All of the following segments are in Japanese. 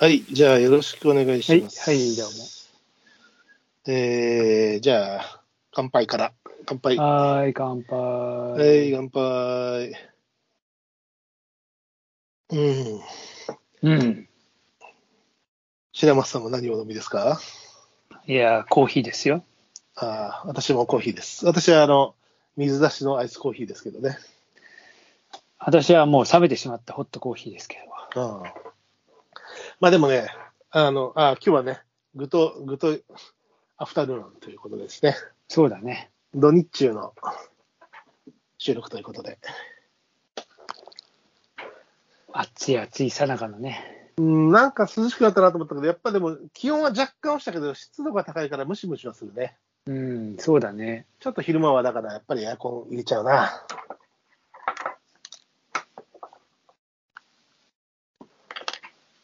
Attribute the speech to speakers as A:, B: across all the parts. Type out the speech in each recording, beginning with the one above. A: はい、じゃあよろしくお願い
B: は
A: し
B: い、
A: ます。
B: はい、どうも。
A: えー、じゃあ、乾杯から。乾杯。は
B: はーい、乾杯。
A: い、乾杯。うん。
B: うん。
A: 白松さんも何をお飲みですか
B: いやー、コーヒーですよ。
A: ああ、私もコーヒーです。私は、あの、水出しのアイスコーヒーですけどね。
B: 私はもう冷めてしまったホットコーヒーですけど。
A: うん。まあでもね、あの、あ今日はね、ぐと、ぐと、アフタヌーンということですね。
B: そうだね。
A: 土日中の収録ということで。
B: 暑い暑いさなかのね。
A: うん、なんか涼しくなったなと思ったけど、やっぱでも気温は若干落ちたけど、湿度が高いからムシムシはするね。
B: うん、そうだね。
A: ちょっと昼間はだからやっぱりエアコン入れちゃうな。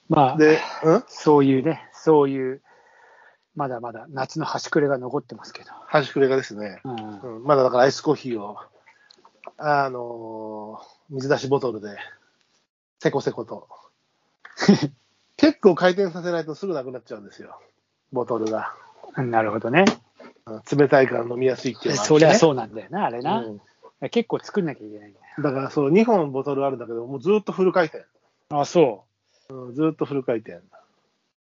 B: まあ、
A: で、うん
B: そういうね、そういう、まだまだ夏の端くれが残ってますけど。
A: 端くれがですね、
B: うん
A: う、ん、まだだからアイスコーヒーを、あのー水出しボトルで、せこせこと。 結構回転させないとすぐなくなっちゃうんですよ、ボトルが。
B: うんなるほどね。
A: うん冷たいから飲みやすいっていうのもあるし
B: そり
A: ね
B: ゃそうなんだよな、あれな。
A: うん
B: 結構作んなきゃいけないんだよ。
A: だからそう、2本ボトルあるんだけど、もうずっとフル回転。
B: あ、そ
A: うん、ずっとフル回転。
B: う。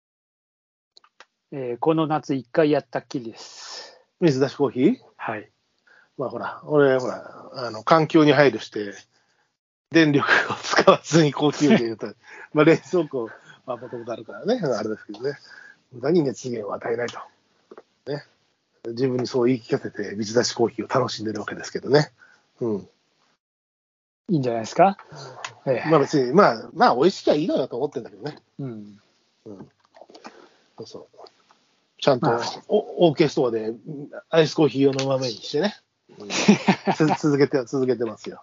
B: えーこの夏一回やったっきりです。
A: 水出しコーヒー
B: はい。
A: まあほら、俺、ほら、あの、環境に配慮して、電力を使わずに高級で言う と、まあ冷蔵庫、まあもともとあるからね、あれですけどね、無駄に熱源を与えないと。ね。自分にそう言い聞かせて、水出しコーヒーを楽しんでるわけですけどね。うん。
B: いいんじゃないですか。ええ
A: まあ別に、まあ、まあ美味しきゃいいのよと思ってんだけどね。
B: うん。
A: そうそう。ちゃんと
B: まあ、
A: お、オーケストアで、アイスコーヒー用の豆にしてね。 うんつ続けて、続けてますよ。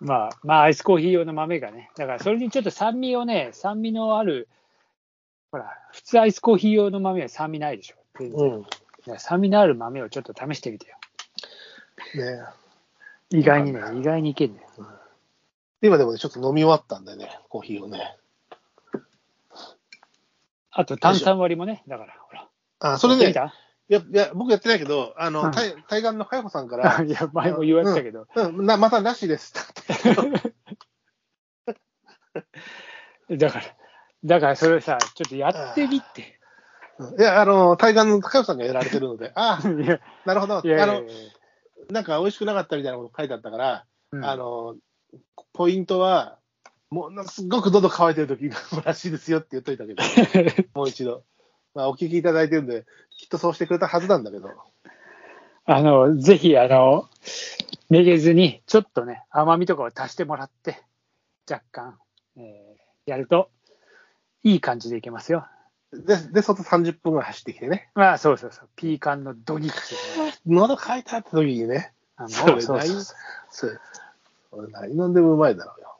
B: まあ、まあ、アイスコーヒー用の豆がね、だからそれにちょっと酸味をね、酸味のある、ほら、普通アイスコーヒー用の豆は酸味ないでしょ。全然
A: うん。
B: だから酸味のある豆をちょっと試してみてよ。
A: ね
B: 意外にね、意外にいけんだよ。
A: 今でもね、ちょっと飲み終わったんでね、コーヒーをね。
B: あと炭酸割りもね、だから、ほら。
A: あ、それ
B: やっ
A: ね、
B: てみ
A: いや、いや、僕やってないけど、あの、
B: うん
A: 対対岸のかよこさんか
B: た
A: ら、
B: いや、前も言われてたけど、
A: うん、なまたなしですって。
B: だから、だからそれさ、ちょっとやってみて。
A: うんいや、あの、対岸のかよこさんがやられてるので、ああ、
B: いや、
A: なるほど。あ
B: いやいやいや
A: の、なんか美味しくなかったみたいなこと書いてあったから、
B: うん
A: あの、ポイントは、ものすごく喉乾いてる時がらしいですよって言っといたけ ど、もう一度。まあ、お聞きいただいてるんで、きっとそうしてくれたはずなんだけど。
B: あの、ぜひ、あの、めげずに、ちょっとね、甘みとかを足してもらって、若干、えーやると、いい感じでいけますよ。
A: で、で、外30分ぐらい走ってきてね。
B: まあ、そうそうそう、ピーカンのドニッチ、
A: 喉乾いたって時にね、
B: あの
A: それ
B: そう
A: 何
B: そうそう
A: それ、 俺何飲んでもうまいだろうよ。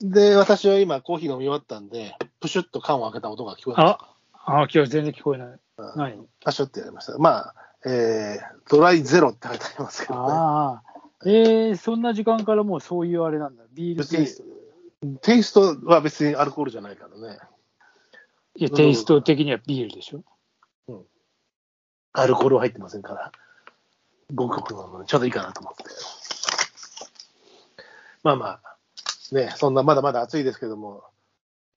A: で、私は今コーヒー飲み終わったんで、プシュッと缶を開けた音が聞こえました。
B: あ、あ、今日全然聞こえない。
A: うん
B: 何
A: パシュッてやりました。まあ、えー、ドライゼロって書いてありますけどね。
B: ああ、えー、そんな時間からもうそういうあれなんだ。ビール
A: 別
B: テイスト。
A: に、テイストは別にアルコールじゃないからね。
B: いや、テイスト的にはビールでしょ。
A: アルコールは入ってませんから。ごくごくのものでちょうどいいかなと思って。まあまあ、ね、そんなまだまだ暑いですけども、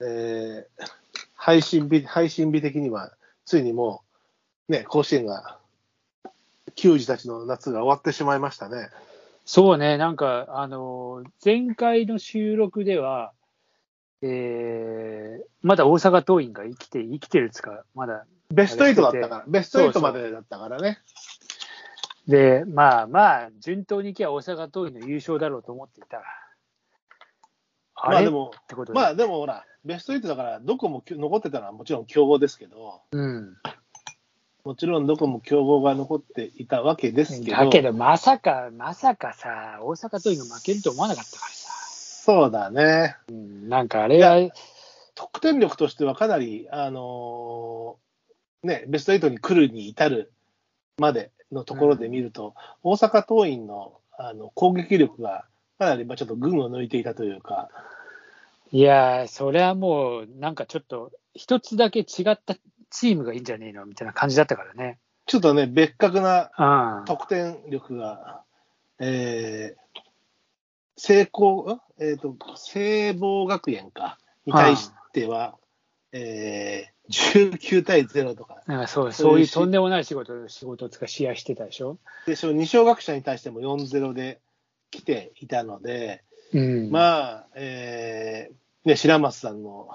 A: えー配信日、配信日的には、ついにもう、ね、甲子園が、球児たちの夏が終わってしまいましたね。
B: そうね、なんか、あのー前回の収録では、えーまだ大阪桐蔭が生きて、生きてるっつうか、まだ。
A: ベスト8だったから、ベスト
B: そう
A: 8
B: そう
A: までだったからね。
B: で、まあまあ、順当にいけば大阪桐蔭の優勝だろうと思っていたら、あれ、
A: まあで
B: っ
A: も、
B: てことで、
A: まあでもほら、ベスト8だから、どこもきゅ残ってたのはもちろん強豪ですけど、
B: うん。
A: もちろんどこも強豪が残っていたわけですけど、
B: だけど、まさか、まさかさ、大阪桐蔭が負けると思わなかったからさ、
A: そうだね。
B: うん、なんかあれは、
A: 得点力としてはかなり、あのーね、ベスト8に来るに至るまでのところで見ると、大阪桐蔭のあの攻撃力がかなりまあちょっと群を抜いていたというか、
B: いやー、それはもう、なんかちょっと、一つだけ違ったチームがいいんじゃねえのみたいな感じだったからね。
A: ちょっとね、別格な
B: うん。
A: 得点力が、えー、成功、んえっ、と、聖望学園か、に対しては、えー、19対0とか、
B: なんかそう、
A: そういう
B: そういう
A: し
B: とんでもない仕事、仕事つか試合してたでしょ
A: でしょ二小学者に対しても4-0で来ていたので、
B: うん。あ、
A: まあ、えーね、白松さんの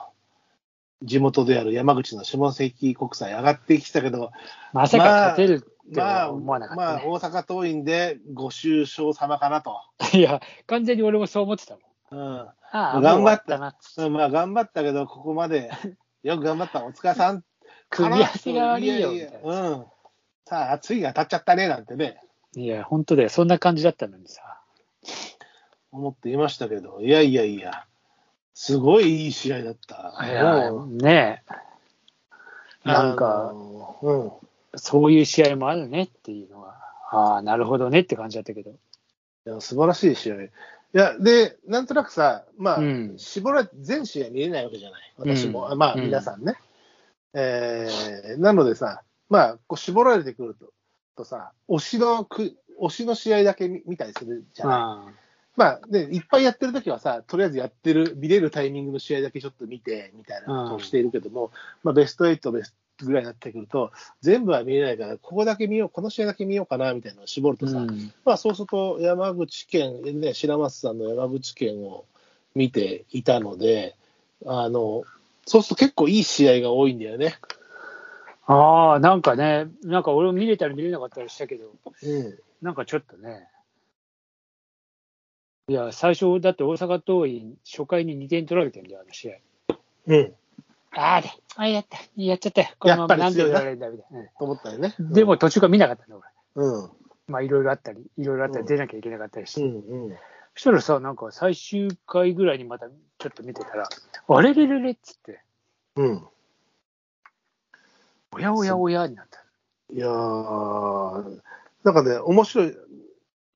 A: 地元である山口の下関国際上がってきたけど、
B: まさか勝てるって
A: まあ、
B: は思わなかった、
A: まあ、
B: ね
A: 大阪桐蔭でご愁傷様かなと。
B: いや、完全に俺もそう思ってたもん。
A: うん。
B: ああ、
A: 頑張った
B: もう終わなっつって。
A: うんまあ、頑張ったけど、ここま で、よく頑張った、お疲れさん。
B: 組み合わせが悪いよ
A: ややうん。さあ、次が当たっちゃったね、なんてね、
B: いや、本当だよ。そんな感じだったのにさ。
A: 思っていましたけど、いやいやいや、すごいいい試合だった。
B: いや
A: もう
B: ねえ。なん
A: あ
B: か、
A: のうん。
B: そういう試合もあるねっていうのは、ああ、なるほどねって感じだったけど。
A: いや素晴らしい試合。いや、で、なんとなくさ、まあ、
B: うん
A: 絞られ、全試合見れないわけじゃない。私も、
B: うん
A: まあ、
B: うん
A: 皆さんね。えー、なのでさ、まあ、こう絞られてくると、とさ、推しのく、推しの試合だけ見見たりするじゃない。
B: あ
A: まあ、で、いっぱいやってるときはさ、とりあえずやってる、見れるタイミングの試合だけちょっと見て、みたいなことをしているけども、まあ、ベスト8、ベストぐらいになってくると、全部は見れないから、ここだけ見よう、この試合だけ見ようかな、みたいなのを絞る
B: あ、
A: とさ、
B: うん。
A: まあ、そうすると山口県、ね、白松さんの山口県を見ていたのであのそうすると結構いい試合が多いんだよね。
B: ああ、なんかね、なんか俺も見れたり見れなかったりしたけど、
A: うん、
B: なんかちょっとね。いや、最初、だって大阪桐蔭、初回に2点取られてんだよ、あの試合。
A: うん、と
B: ああで、あやった、やっちゃったよ。このまま
A: やっぱり
B: 何で
A: 強い
B: 取
A: な
B: られるんだ、みたいな。うん
A: 思ったよね。うん
B: で、も途中から見なかったの、俺。
A: うん
B: まあ、いろいろあったり、いろいろあった
A: うん
B: り、出なきゃいけなかったりして
A: う。んうん、
B: そしたらさ、なんか最終回ぐらいにまたちょっと見てたら、あれれれれっつって、
A: うん、
B: おやおやおやになった。
A: いやーなんかね、面白い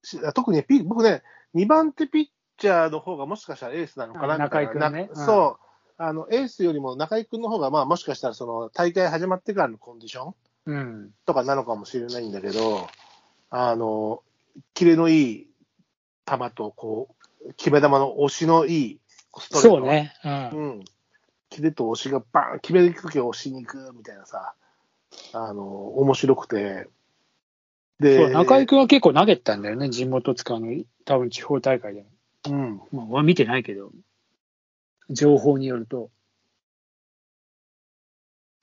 A: し、特にピ僕ね、2番手ピッチャーの方がもしかしたらエースなのかな
B: あ中井
A: みたいな
B: 君ね
A: な
B: うん
A: そうあの、エースよりも中井君の方が、まあ、もしかしたらその大会始まってからのコンディション
B: うん。
A: とかなのかもしれないんだけど、あの、キレのいい球と、こう、決め球の押しのいいストレート。
B: そう。ね。うん。
A: うん。キレと押しがバーン、決めるときは押しに行くみたいなさ、あの、面白くて。
B: そう
A: で、
B: 中井君は結構投げてたんだよね、地元つかの、多分地方大会でも。
A: うん。
B: まあ、俺は見てないけど、情報によると。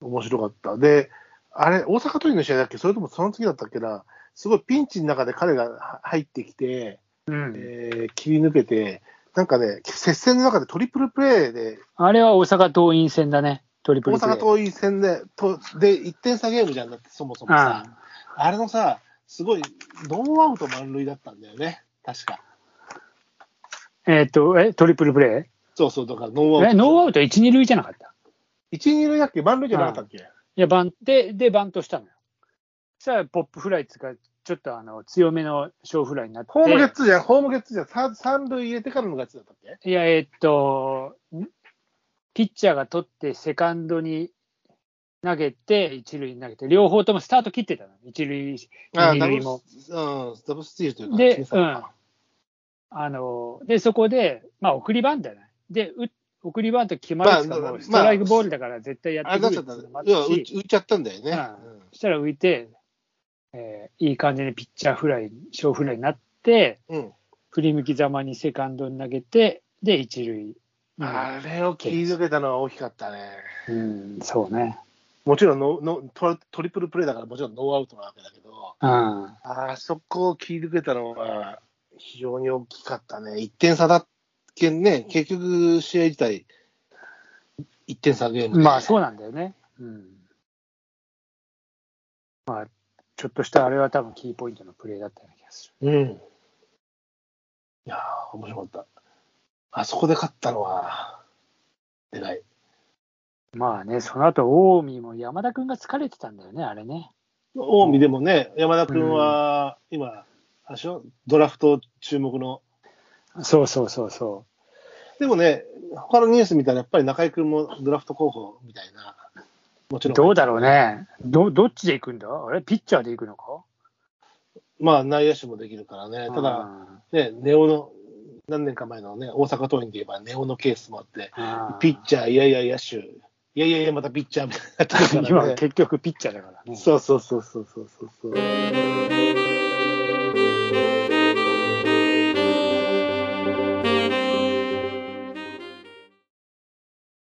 A: 面白かった。で、あれ、大阪桐蔭の試合だっけそれともその次だったっけなすごいピンチの中で彼がは入ってきて、
B: うん。
A: えー切り抜けて、なんかね、接戦の中でトリプルプレーで
B: あれは大阪桐蔭戦だね、トリプ
A: 大
B: ルプレ
A: 阪
B: ー。
A: 桐蔭戦でとで1点差ゲームじゃんだって、そもそもさ、
B: あ
A: あれのさ、すごいノーアウト満塁だったんだよね、確か。
B: あえっ、と、え、トリプルプレ
A: そうそう、だからノ
B: ー
A: ーア
B: え、
A: ウト。
B: ノーアウト1、2塁じゃなかった
A: 1、2塁だっけ、満塁じゃなかったっけ、
B: いや、バンで、で、バントしたのよ。そしたら、ポップフライっつうか、ちょっとあの強めの小フライになって、
A: ホームゲッツーじゃん、ホームゲッツーじゃん、三三塁入れてからのガッツーだったっけ
B: いや、えーっと、んピッチャーが取って、セカンドに投げて、一塁に投げて、両方ともスタート切ってたの、一塁、二
A: ダブ
B: 塁
A: ル
B: も。
A: ス、うん、ダブルスチールというか、
B: で
A: 決めたのか
B: あので、そこで、まあ、送りバントじゃない。で、う送りバント決ま
A: まあ
B: るしか
A: まあ
B: もう、ストライクボールだから絶対や
A: あ
B: っ
A: れ
B: て
A: だっち
B: くる
A: ゃ
B: っ
A: ったんだ
B: ていうのもあっ
A: いや
B: た
A: 浮い
B: し、
A: 浮いちゃったんだよね。
B: うんそしたら浮いて、えーいい感じにピッチャーフライ、小フライになって、
A: うんうん
B: 振り向きざまにセカンドに投げて、で、一塁。
A: あれを切り抜けたのは大きかったね。
B: うん、そうね。
A: もちろんノノトトリプルプレーだからもちろんノーアウトなわけだけど、
B: うん。
A: あそこを切り抜けたのは非常に大きかったね。1点差だっけんね、結局試合自体1点差ゲームで。
B: まあそうなんだよね。うん。まあ、ちょっとしたあれは多分キーポイントのプレーだったような気がす
A: う。うん。いやー、面白かった。あそこで勝ったのは、でかい。
B: る。まあね、その後、近江も山田君が疲れてたんだよね、あれね。
A: 近江でもね、山田君は今、あれでしょドラフト注目の。
B: そうそうそうそ
A: でもね、他のニュース見たら、やっぱり中居君もドラフト候補みたいな、もちろん、
B: どうだろうね。ど、どっちで行くんだあれピッチャーで行くのか
A: まあ内野手もできるからね、ただ、ね、ネオの、何年か前のね、大阪桐蔭で言えばネオのケースもあって、
B: うん、
A: ピッチャー、いやいや野手、いやいやいや、またピッチ ャーみたいになってくるからね
B: 今結局ピッチャーだからね。
A: そうそうそうそうそうそうそう。